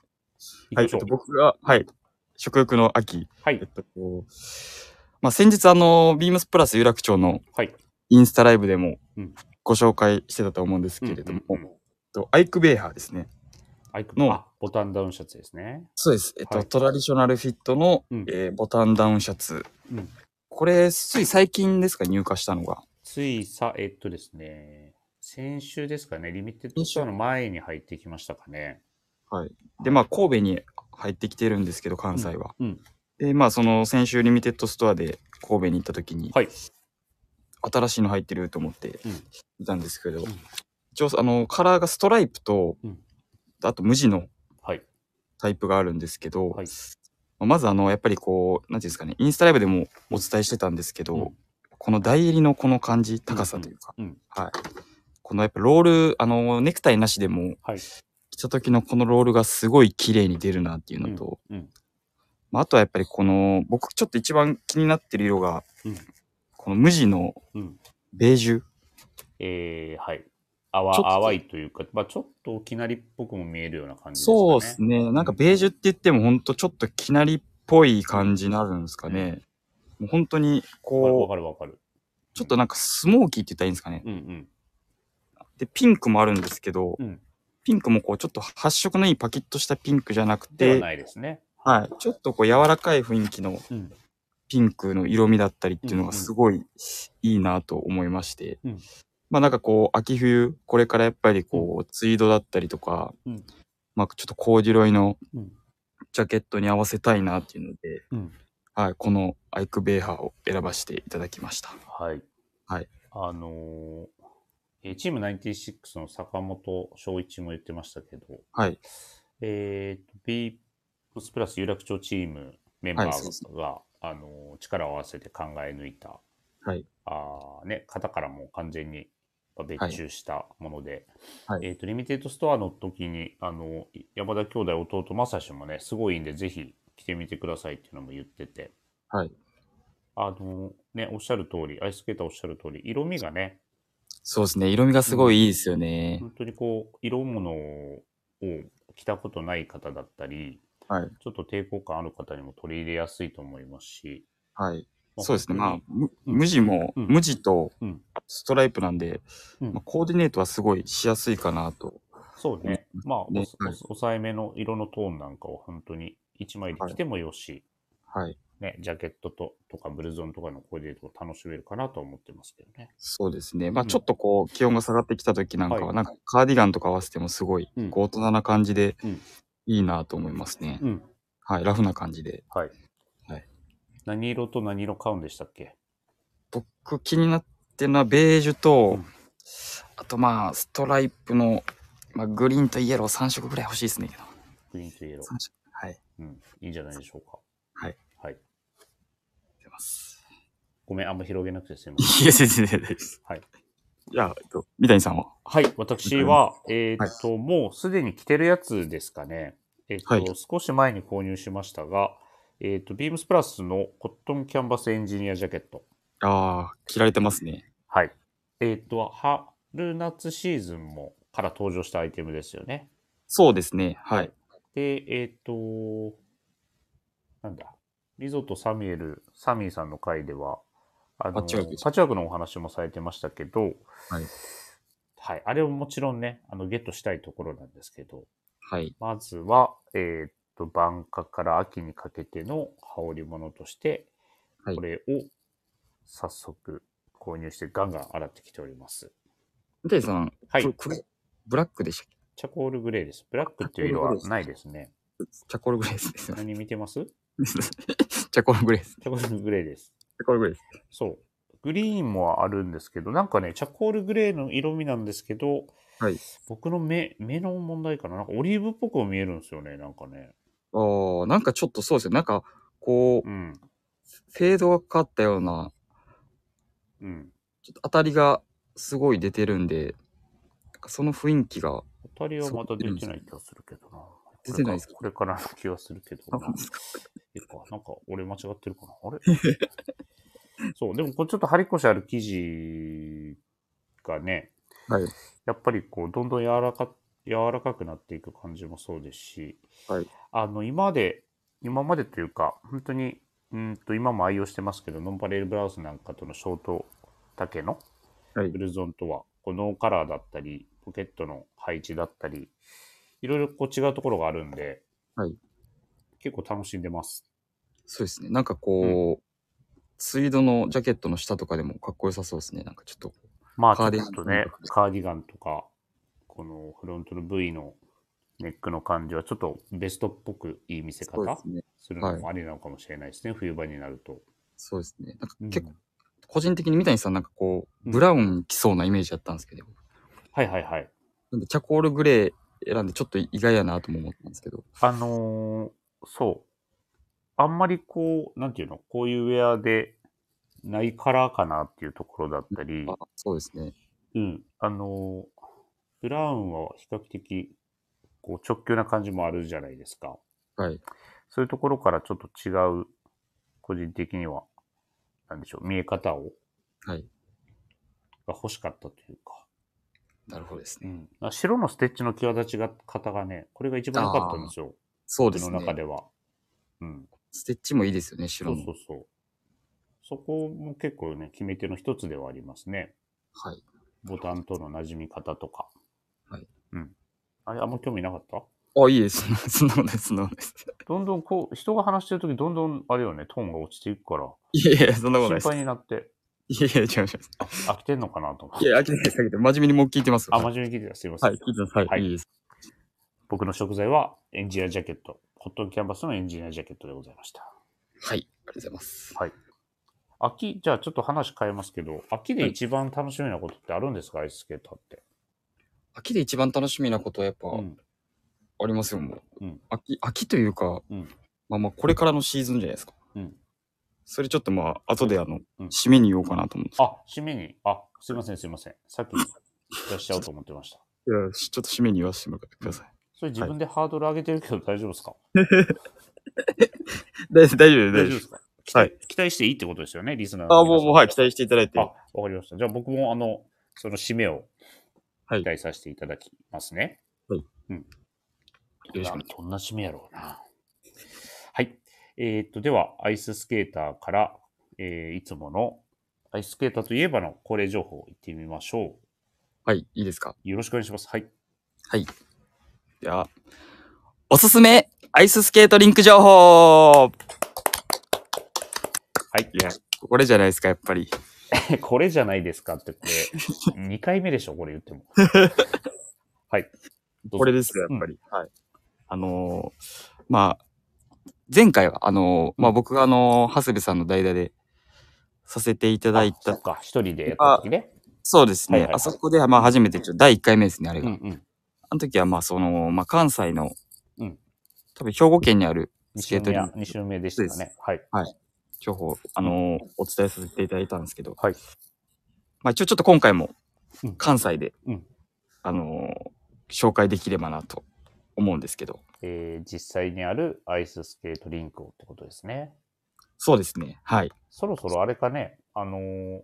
S2: はい、
S1: まし
S2: ち
S1: ょう
S2: ょっと。僕が、はい、食欲の秋、
S1: はい
S2: えっ。と、こうまあ、先日、あの、ビームスプラス有楽町の
S1: はい。
S2: インスタライブでも
S1: うん
S2: ご紹介してたと思うんですけれども、
S1: うんうんうん
S2: えっと、アイクベーハーですね。
S1: アイク
S2: の
S1: あ、ボタンダウンシャツですね。
S2: そうです。えっと、
S1: はい
S2: トラディショナルフィットの、
S1: うん
S2: えーボタンダウンシャツ、
S1: うん
S2: これ、つい最近ですか、入荷したのが。
S1: ついさ、えっとですね、先週ですかね、リミテッドショーの前に入ってきましたかね。
S2: はい。で、まあ、神戸に入ってきてるんですけど、関西は。
S1: うん。
S2: で、まあ、その先週、リミテッドストアで神戸に行った時に、
S1: はい。
S2: 新しいの入ってると思って
S1: うん
S2: いたんですけど、
S1: ん
S2: 一応、あの、カラーがストライプと、
S1: うん
S2: あと無地の
S1: はい。
S2: タイプがあるんですけど、
S1: はい。
S2: まあまずあの、やっぱりこう、なんていうんですかね、インスタライブでもお伝えしてたんですけど、
S1: うん
S2: この台入りのこの感じ、高さというか、
S1: うんうん
S2: はい。このやっぱロール、あの、ネクタイなしでも、
S1: はい。
S2: 着た時のこのロールがすごい綺麗に出るなっていうのと、
S1: うんうん
S2: まあ、あとはやっぱりこの、僕ちょっと一番気になってる色が、
S1: うん
S2: この無地の
S1: うん。
S2: ベージュ。
S1: えー、はい。
S2: ちょっと
S1: 淡淡いというか、まあちょっときなりっぽくも見えるような感じですかね。
S2: そうですね。なんかベージュって言ってもほんとちょっときなりっぽい感じになるんですかね。もう本当に
S1: わ
S2: こう、
S1: かるわかるわかる。
S2: ちょっとなんかスモーキーって言ったらいいんですかね。
S1: うんうん。
S2: で、ピンクもあるんですけど、
S1: うん
S2: ピンクもこう、ちょっと発色のいいパキッとしたピンクじゃなく
S1: では
S2: て、
S1: ないですね。
S2: はい。ちょっとこう、柔らかい雰囲気の
S1: うん。
S2: ピンクの色味だったりっていうの
S1: うんうん
S2: がすごいいいなと思いまして、
S1: うん
S2: まあなんかこう、秋冬、これからやっぱりこう、ツイードだったりとか、
S1: うん
S2: まあちょっとコーデュロイの
S1: うん
S2: ジャケットに合わせたいなっていうので、
S1: うん
S2: はい。このアイクベーハーを選ばせていただきました。
S1: はい。
S2: はい。
S1: あのーえーチーム96の坂本翔一も言ってましたけど、
S2: はい。
S1: えーと、B スプラス有楽町チームメンバ
S2: はいそうそ
S1: ーが、あのー力を合わせて考え抜いた、
S2: はい
S1: あーね、方からも完全にまあ
S2: はい
S1: 別注したもので、
S2: はい
S1: えーとリミテッドストアの時にあのい山田兄弟弟正志もねすごいんでぜひ来てみてくださいっていうのも言ってて、
S2: はい。
S1: あのね、おっしゃる通り、アイススケーターおっしゃる通り、色味がね、
S2: そうですね。色味がすごいいいですよね。
S1: 本当にこう、色物を着たことない方だったり、
S2: はい。
S1: ちょっと抵抗感ある方にも取り入れやすいと思いますし、
S2: はい。そうですね。まあ
S1: 本、
S2: む
S1: うん
S2: 無地も、
S1: うん
S2: 無地と
S1: うん
S2: ストライプなんで、
S1: うん
S2: まあ、コーディネートはすごいしやすいかなと。
S1: 当にそうね、まあ、お
S2: ね
S1: お抑えめの色のトーンなんかを本当に1枚で着てもよし、
S2: はい。
S1: ね、ジャケットととかブルゾンとかのコーディネートを楽しめるかなと思ってますけどね。
S2: そうですね。まあ、
S1: うん
S2: ちょっとこう、気温が下がってきた時なんか
S1: は
S2: は、
S1: い
S2: なんかカーディガンとか合わせてもすごい、
S1: うん
S2: こう大人な感じで
S1: うん、
S2: いいなと思いますね。
S1: うん。
S2: はい。ラフな感じで。
S1: はい。
S2: はい
S1: 何色と何色買うんでしたっけ
S2: 僕、気になってるのは、ベージュと、
S1: うん
S2: あとまあ、ストライプの、まあ、グリーンとイエロー3色ぐらい欲しいですねけど。
S1: グリーンとイエロー。
S2: 3色。はい。
S1: うん。いいんじゃないでしょうか。
S2: はい。
S1: はい。
S2: 出ます。
S1: ごめん、あんま広げなくてすみません。
S2: いや、全然大丈夫です。
S1: はい。
S2: じゃあ、えっと、三谷さんは
S1: はい、私は、えーっと、もうすでに着てるやつですかね。えーっと、
S2: はい
S1: 少し前に購入しましたが、えーっと、ビームスプラスのコットンキャンバスエンジニアジャケット。
S2: ああ、切られてますね。
S1: はい。えーっと、春夏シーズンもから登場したアイテムですよね。
S2: そうですね。はい。
S1: で、えーっと、なんだ、リゾとサミュエル、サミーさんの回では、あの
S2: パッチワークです
S1: パッチワークのお話もされてましたけど、
S2: はい
S1: はい、あれももちろんね、あのゲットしたいところなんですけど、
S2: はい。
S1: まずは、えーっと、晩夏から秋にかけての羽織物として、
S2: はい
S1: これを早速購入してガンガン洗ってきております。
S2: 三谷さん、
S1: はい
S2: こ。れこれブラックでしたっけ
S1: チャコールグレーです。ブラックっていう色はないですね。
S2: チャコールグレーですね。すいません
S1: 何見てますチ
S2: チャコールグレーです。チ
S1: ャコールグレーです。
S2: ャコールグレーです。
S1: そう。グリーンもあるんですけど、なんかね、チャコールグレーの色味なんですけど、
S2: はい
S1: 僕の目、目の問題かな。なんかオリーブっぽくも見えるんですよね、なんかね。
S2: ああ、なんかちょっとそうですね。なんか、こう
S1: う、ん。
S2: フェードがかかったような、
S1: うん。
S2: ちょっと当たりがすごい出てるんで、なんかその雰囲気が、
S1: 当たりはまた出てない気がするけどな。
S2: 出てないですか
S1: これからの気がするけど
S2: あ
S1: な。てか、なんか俺間違ってるかな。あれ そう、でもこれちょっと張り越しある生地がね、
S2: はい。
S1: やっぱりこう、どんどん柔らか、柔らかくなっていく感じもそうですし、
S2: はい
S1: あの、今まで、今までというか、本当に、うんと、今も愛用してますけど、ノンパレルブラウスなんかとのショート丈の
S2: はい
S1: ブルゾンとは、こうノーカラーだったり、ポケットの配置だったり、いろいろこう違うところがあるんで、
S2: はい
S1: 結構楽しんでます。
S2: そうですね。なんかこう、ツイードのジャケットの下とかでもかっこよさそうですね。なんかちょっと。
S1: まあ、
S2: カー
S1: ち
S2: ディ
S1: ょ
S2: ガ
S1: っ
S2: ン
S1: とね、カーディガンとか、このフロントの V のネックの感じは、ちょっとベストっぽくいい見せ
S2: そうで
S1: 方
S2: すね。
S1: するのもありなのかもしれないですね、冬場になると。
S2: そうですね。なんか
S1: うん
S2: 結構、個人的に三谷さんなんかこ
S1: う
S2: う、
S1: ん
S2: ブラウン着そうなイメージだったんですけど、
S1: はいはいはい。
S2: なんでチャコールグレー選んでちょっと意外やなとも思ったんですけど、
S1: あのーそう。あんまりこう、なんていうの、こういうウェアでないカラーかなっていうところだったり、
S2: あそうですね。
S1: うん、あのーブラウンは比較的こう直球な感じもあるじゃないですか。
S2: はい。
S1: そういうところからちょっと違う、個人的には、なんでしょう、見え方を、
S2: はい。
S1: が欲しかったというか。
S2: なるほどです
S1: う
S2: ね。
S1: ん、あ白のステッチの際立ちが方がね、これが一番良かったんですよ。
S2: そうで
S1: 僕
S2: す
S1: の中
S2: ね。
S1: では。うん。
S2: ステッチもいいですよね、
S1: そ
S2: 白
S1: う
S2: の。
S1: そうそう。そこも結構ね、決め手の一つではありますね。
S2: はい。
S1: ボタンとの馴染み方とか。
S2: はい。
S1: うん。あれ、あんま興味なかった
S2: あ、いいです。そんなことないです。そんなことないです。
S1: どんどんこう、人が話してるとき、どんどん、あれよね、トーンが落ちていくから、
S2: いやいや、そんなこと
S1: 心
S2: ないです。
S1: 配になって、
S2: いやいや、違います。
S1: 飽きてんのかなと思っ
S2: い
S1: て。
S2: や、飽きてないです。飽きてない真面目にもう聞いてますよ。
S1: あ、真面目に聞いてた。すいません。
S2: はい、聞いてます。はい。
S1: はい
S2: い、いです。
S1: 僕の食材はエンジニアジャケット。コットンキャンバスのエンジニアジャケットでございました。
S2: はい。ありがとうございます。
S1: 秋、じゃあちょっと話変えますけど、秋で一番楽しみなことってあるんですか、アイススケーターって。
S2: 秋で一番楽しみなことはやっぱ
S1: う
S2: あ
S1: ん。
S2: りますよ、もう。
S1: うん
S2: 秋、秋というか、
S1: うん
S2: まあまあ、これからのシーズンじゃないですか。
S1: うん
S2: それちょっとまあ、後であの、
S1: うん
S2: 締めに言おうかなと思うんです
S1: あ、締めに。あ、すいません、すいません。さっき出しちゃおうと思ってました。
S2: けど、いやしちょっと締めに言わせてもらってください。
S1: それ自分でハードル上げてるけど大丈夫ですか、
S2: 大丈夫、大丈夫
S1: 大丈夫ですか期待,、
S2: はい
S1: 期待していいってことですよね、リスナーの
S2: あ、
S1: 皆
S2: も
S1: さ
S2: うんもう、はい、期待していただいて。
S1: あ、わかりました。じゃあ僕も、あの、その締めを
S2: はい
S1: 期待させていただきますね。
S2: はい。
S1: うん。
S2: ろしくお願いしま
S1: どんな締めやろうな。はい。えーっと、では、アイススケーターから、えーいつものアイススケーターといえばの恒例情報いってみましょ
S2: はい、いいですか。
S1: う。よろしくお願いします。はい。
S2: では、おすすめアイススケートリンク情報
S1: はい。
S2: いや、これじゃないですか、やっぱり。
S1: これじゃないですかって、これ、2回 目でしょ、これ言 っても。はい。どうぞ
S2: これですよ、やっぱり。はい。あのーまあ、前回は、あのーまあ僕があのー長谷部さんの代打でさせていただい
S1: あそ
S2: た
S1: っ。か、一人でやった時ね。
S2: そうです
S1: は
S2: ね。
S1: いはいはい
S2: あそこで、まあ初めて、ちょ第1回目ですね、あれ
S1: うん
S2: が。
S1: うん。
S2: あの時は、まあその、まあ関西の、
S1: うん
S2: 多分兵庫県にある
S1: 2
S2: スケ
S1: 週
S2: ート
S1: 目
S2: リ
S1: や
S2: ン、ク
S1: 二週目でした
S2: そうで
S1: ね。はい。
S2: 情報を、あのーお伝えさせていただいたんですけど、
S1: はい。
S2: まあ一応ちょっと今回も
S1: うん
S2: 関西で、
S1: うん
S2: あのー紹介できればなと思うんですけど、
S1: えー実際にあるアイススケートリンクをってことですね。
S2: そうですね。はい。
S1: そろそろあれかね、あのー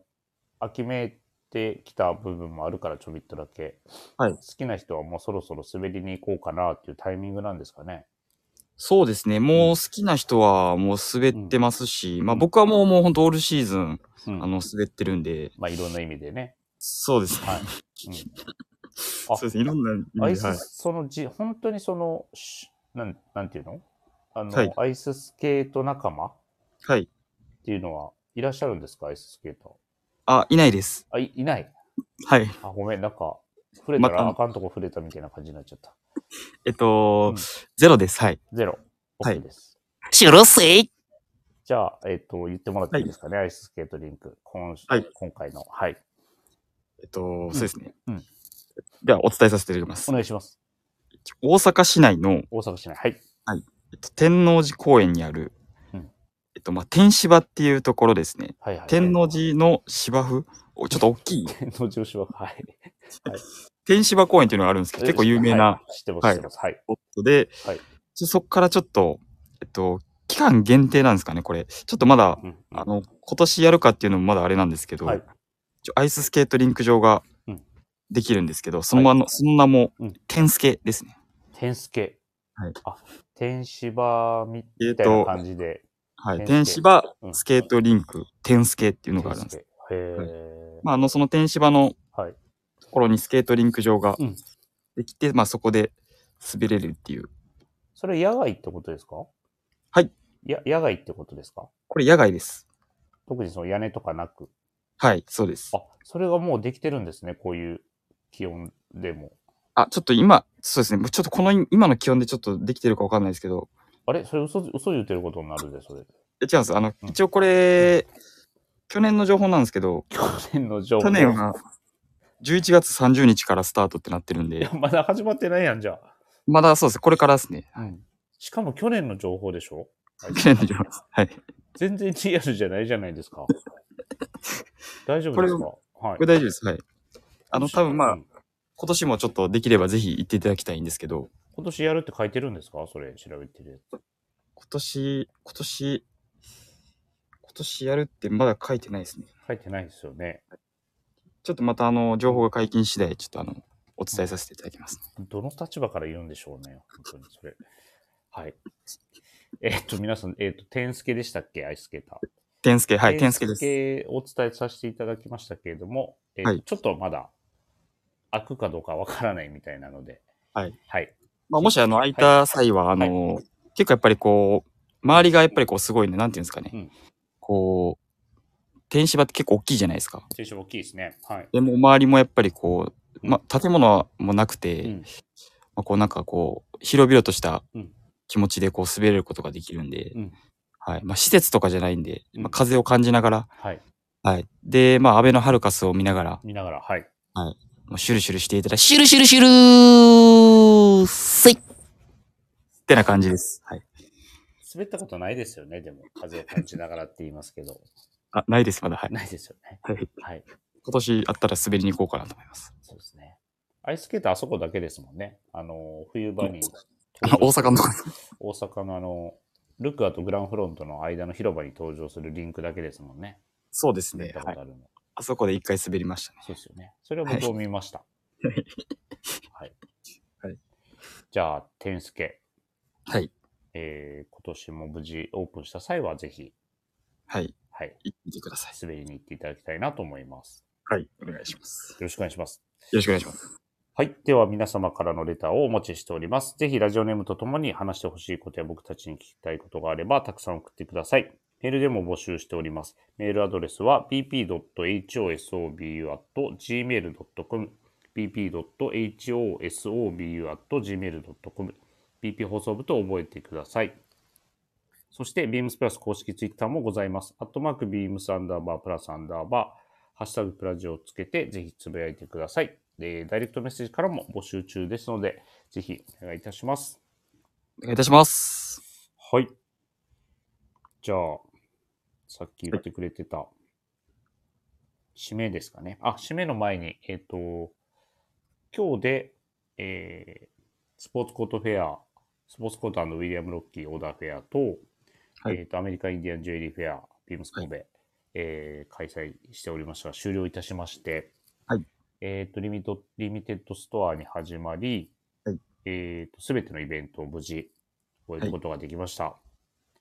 S1: 秋めいてきた部分もあるからちょびっとだけ、
S2: はい
S1: 好きな人はもうそろそろ滑りに行こうかなっていうタイミングなんですかね。
S2: そうですね。もう好きな人はもう滑ってますし、まあ僕はもうもう本当オールシーズン、
S1: うん
S2: あの、滑ってるんで、
S1: まあいろんな意味でね。
S2: そうですね。
S1: はいう んあ
S2: そうですね。いろんな
S1: ア
S2: 意
S1: イ
S2: 味
S1: ス、
S2: で、はい。
S1: そのじ、本当にその、しなんなんていうのあの、
S2: はい
S1: アイススケート仲間っ
S2: はい。
S1: ていうのはいらっしゃるんですか、アイススケート。
S2: あ、いないです。
S1: あ、いいない。
S2: はい。
S1: あ、ごめん、なんか、触れた
S2: また
S1: らあかんとこ触れたみたいな感じになっちゃった。
S2: えっと、
S1: うん
S2: ゼロです。はい。
S1: ゼロ。
S2: はい
S1: OK です。
S3: シュルスイ
S1: じゃあ、えっ、と、言ってもらっていいですかね、アイススケートリンク。今,、
S2: はい
S1: 今回の。はい。
S2: えっと、そうですね。
S1: うん
S2: では、お伝えさせていただきます
S1: お。願いします。
S2: 大阪市内の、
S1: 大阪市内。はい。
S2: えっと、天王寺公園にある、
S1: うん
S2: えっと、まあ、天芝っていうところですね。
S1: はいはい。
S2: 天王寺の芝生おちょっと大 きい。
S1: 天王寺芝生。はい。
S2: 天芝公園っていうのがあるんですけど、 結構有名な
S1: は、い知ってます、
S2: はい
S1: 知ってます。はい。
S2: スポットで、
S1: はい
S2: ちょそこからちょっと、えっと、期間限定なんですかね、これ。ちょっとまだ、
S1: うん
S2: あの、今年やるかっていうのもまだあれなんですけど、
S1: はい
S2: ちょアイススケートリンク場が
S1: うん
S2: できるんですけど、その,、まのその名も
S1: うん、
S2: 天スケですね。
S1: 天助。
S2: はい
S1: あ、天芝み
S2: えっ
S1: みたいな
S2: と、
S1: 感じで。
S2: はい、
S1: 天
S2: 天
S1: スケ
S2: 芝
S1: うん
S2: スケートリンク、天スケっていうのがあ
S1: 天
S2: るんです。
S1: 助。へえ。
S2: まあ、あの、その天芝の
S1: はい。
S2: ところにスケートリンク場が
S1: うん
S2: できて、まあ、そこで滑れるっていう。
S1: それ野外ってことですか
S2: はい。
S1: や、野外ってことですか
S2: これ野外です。
S1: 特にその屋根とかなく。
S2: はい、そうです。
S1: あ、それがもうできてるんですね、こういう気温でも。
S2: あ、ちょっと今、そうですね。ちょっとこの今の気温でちょっとできてるかわかんないですけど、
S1: あれそれ嘘、嘘言ってることになるで、それ。
S2: え違うんです。あの、
S1: うん
S2: 一応これ、去年の情報なんですけど、
S1: 去年の情報。
S2: 去年は11月30日からスタートってなってるん
S1: い
S2: で
S1: や、、まだ始まってないやん、じゃあ。
S2: まだそうです。これからですね。
S1: しかも去年の情報でしょ
S2: 去年の情報です。はい。
S1: 全然リアルじゃないじゃないですか。大丈夫
S2: こ
S1: で
S2: れ
S1: すかはい
S2: これ。大丈夫です。はい。あの、多分ま
S1: う
S2: あ、
S1: ん
S2: 今年もちょっとできればぜひ行っていただきたいんですけど、
S1: 今年やるって書いてるんですかそれ、調べてるやつ。
S2: 今年、今年、今年やるってまだ書いてないですね。
S1: 書いてないですよね。
S2: ちょっとまたあの、情報が解禁次第、ちょっとあの、お伝えさせていただきます。
S1: どの立場から言うんでしょうね。本当にそれ。はい。えっと、皆さん、えっと、天助でしたっけアイスケーター。
S2: 天助、はい、天
S1: 点
S2: 助です。
S1: 付けをお伝えさせていただきましたけれども、えー
S2: はい
S1: ちょっとまだ開くかどうかわからないみたいなので、
S2: はい。
S1: はい。
S2: まあ、もしあの、空いた際は、あの、結構やっぱりこう、周りがやっぱりこう、すごいね、なんていうんですかね。
S1: うん
S2: こう、天芝って結構大きいじゃないですか。
S1: 中小大きいですね。はい。
S2: でも、周りもやっぱりこう、ま
S1: う
S2: あ、建物もなくて、
S1: うん
S2: まあ、こうなんかこう、広々とした
S1: うん
S2: 気持ちでこう滑れることができるんで、
S1: うん
S2: はい。まあ、施設とかじゃないんで、
S1: うん
S2: まあ、風を感じながら、
S1: はい。
S2: はい。で、まあ、アベノハルカスを見ながら、
S1: 見ながら、はい。
S2: もうシュルシュルしていただし、
S3: シュルシュルシュルーせい
S2: ってな感じです。はい。
S1: 滑ったことないですよね、でも。風を感じながらって言いますけど。
S2: あ、ないです、まだ。はい。
S1: ないですよね。
S2: はい
S1: はい。
S2: 今年あったら滑りに行こうかなと思います。
S1: そうですね。アイススケートあそこだけですもんね。あの、冬場に。
S2: あの、大阪のとこです。
S1: 大阪のあの、ルクアとグランフロントの間の広場に登場するリンクだけですもんね。
S2: そうです
S1: 見
S2: ね
S1: た。こ
S2: はい
S1: と。あるの。
S2: あそこで一回滑りましたね。
S1: そうですよね。それを僕も見ました。はい。
S2: はい
S1: じゃあ、天助、
S2: はい。
S1: えー、今年も無事オープンした際は、ぜひ、
S2: はい。
S1: はい、
S2: 行ってみてください。
S1: 滑りに行っていただきたいなと思います。
S2: はい。お願いします。
S1: よろしくお願いします。
S2: よろしくお願いします。
S1: はい。では、皆様からのレターをお待ちしております。ぜひ、ラジオネームとともに話してほしいことや僕たちに聞きたいことがあれば、たくさん送ってください。メールでも募集しております。メールアドレスは bp.hosobu.gmail.com bp.hosobu.gmail.com bp 放送部と覚えてください。そして、beams プラス公式ツイッターもございます。アットマーク beams アンダーバープラスアンダーバー、ハッシュタグプラジオをつけて、ぜひつぶやいてください。で、ダイレクトメッセージからも募集中ですので、ぜひお願いいたします。
S2: お願いいたします。
S1: はい。じゃあ、さっき言ってくれてた、締めですかね。あ、締めの前に、えっ、と、今日で、えースポーツコートフェア、スポーツコートウィリアム・ロッキーオーダーフェアと、
S2: はい
S1: えっ、と、アメリカ・インディアン・ジュエリーフェア、ビームス神戸、えー開催しておりましたが、終了いたしまして、
S2: はい
S1: えっ、とリミト、リミテッドストアに始まり、
S2: はい
S1: えっ、と、すべてのイベントを無事、終えることができました。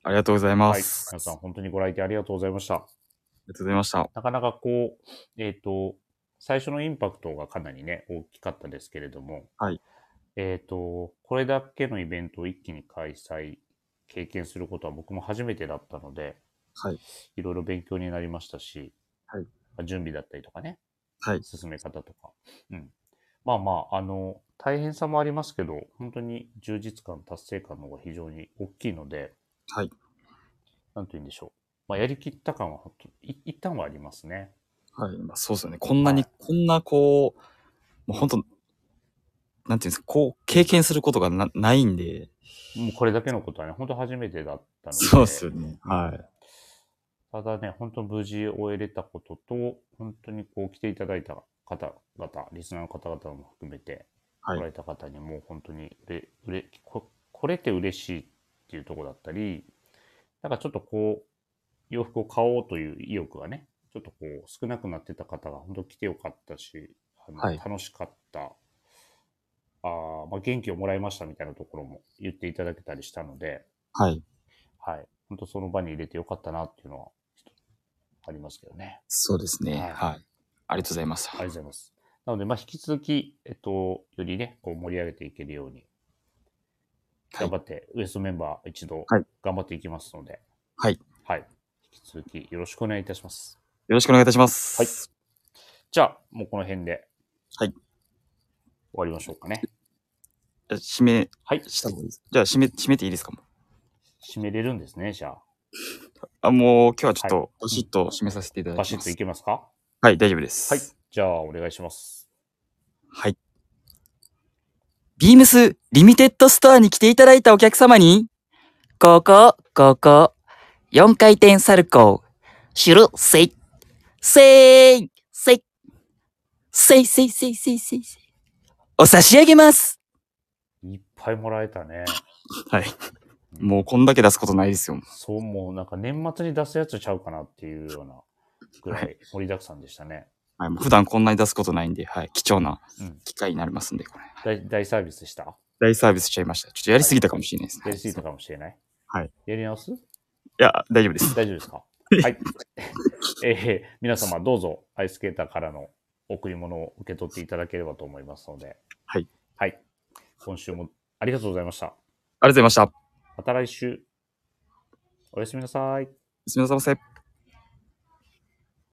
S2: ありがとうござ
S1: は
S2: い
S1: い。
S2: ます。
S1: 皆さん、本当にご来店ありがとうございました。
S2: ありがとうございました。
S1: なかなかこう、えっ、と、最初のインパクトがかなりね、大きかったですけれども、
S2: はい
S1: えっ、と、これだけのイベントを一気に開催、経験することは僕も初めてだったので、
S2: はい。
S1: いろいろ勉強になりましたし、
S2: はい
S1: まあ準備だったりとかね、
S2: はい。
S1: 進め方とか。うん。まあまあ、あの、大変さもありますけど、本当に充実感、達成感の方が非常に大きいので、
S2: はい。
S1: なんと言うんでしょう。まあ、やりきった感は本当、い一旦はありますね。
S2: はい。まあ、そうですよね。こんなに、
S1: は
S2: こんなこう、もう本当なんていうんですか、こう、経験することがなないんで。
S1: もうこれだけのことはね、本当初めてだったので。
S2: そうですよね。はい。
S1: ただね、本当無事終えれたことと、本当にこう来ていただいた方々、リスナーの方々も含めて、
S2: はい
S1: 来られた方にもう本当にうれ、うれ、こ来れて嬉しいっていうところだったり、なんかちょっとこう、洋服を買おうという意欲がね、ちょっとこう少なくなってた方が本当来てよかったし、あの
S2: はい
S1: 楽しかった、あーまあ、元気をもらいましたみたいなところも言っていただけたりしたので、
S2: はい。
S1: はい。本当その場に入れてよかったなっていうのは、ちょっとありますけどね。
S2: そうですね。
S1: はい
S2: はい。ありがとうございます。
S1: ありがとうございます。なので、まあ、引き続き、えっと、よりね、こう盛り上げていけるように、
S2: はい
S1: 頑張って、ウエストメンバー一同
S2: はい、
S1: 頑張っていきますので、
S2: はい。
S1: はい。引き続きよろしくお願いいたします。
S2: よろしくお願いいたします。
S1: はいじゃあ、もうこの辺で。
S2: はい
S1: 終わりましょうかね。
S2: じゃあ締め
S1: はい。
S2: した方がいいです。じゃあ、締め、締めていいですかもう
S1: 締めれるんですね、じゃ
S2: あ、もう今日はちょ
S1: はい
S2: っと、バシッと締めさせていた
S1: あ。
S2: だ
S1: バ
S2: き
S1: シ
S2: ま
S1: ッと
S2: す。
S1: いけますか
S2: はい、大丈夫です。
S1: はい。じゃあ、お願いします。
S2: はい。
S3: ビームスリミテッドストアに来ていただいたお客様に、ここ、ここ、4回転サルコー、シュル、セイ、セイ、セイ、セイ、セイ、セイ、セイ、セイ、セイお差し上げます。
S1: いっぱいもらえたね。
S2: はい。もうこんだけ出すことないですよ。
S1: そう、もうなんか年末に出すやつちゃうかなっていうようなぐら
S2: はい
S1: 盛りだくさんでしたね。
S2: はい、もう普段こんなに出すことないんで、はい、貴重な
S1: うん
S2: 機会になりますんで、これ。
S1: 大大サービスした
S2: 大サービスしちゃいました。ちょっとやりすぎたかもしれないですね。
S1: やりすぎたかもしれない。
S2: はい。
S1: やり直す
S2: いや、大丈夫です。
S1: 大丈夫ですかはい。 えー皆様どうぞアイスケーターからの贈り物を受け取っていただければと思いますので。
S2: はい。
S1: はい。今週もありがとうございました。
S2: ありがとうございました。
S1: また来週。おやすみなさい。
S2: すみません。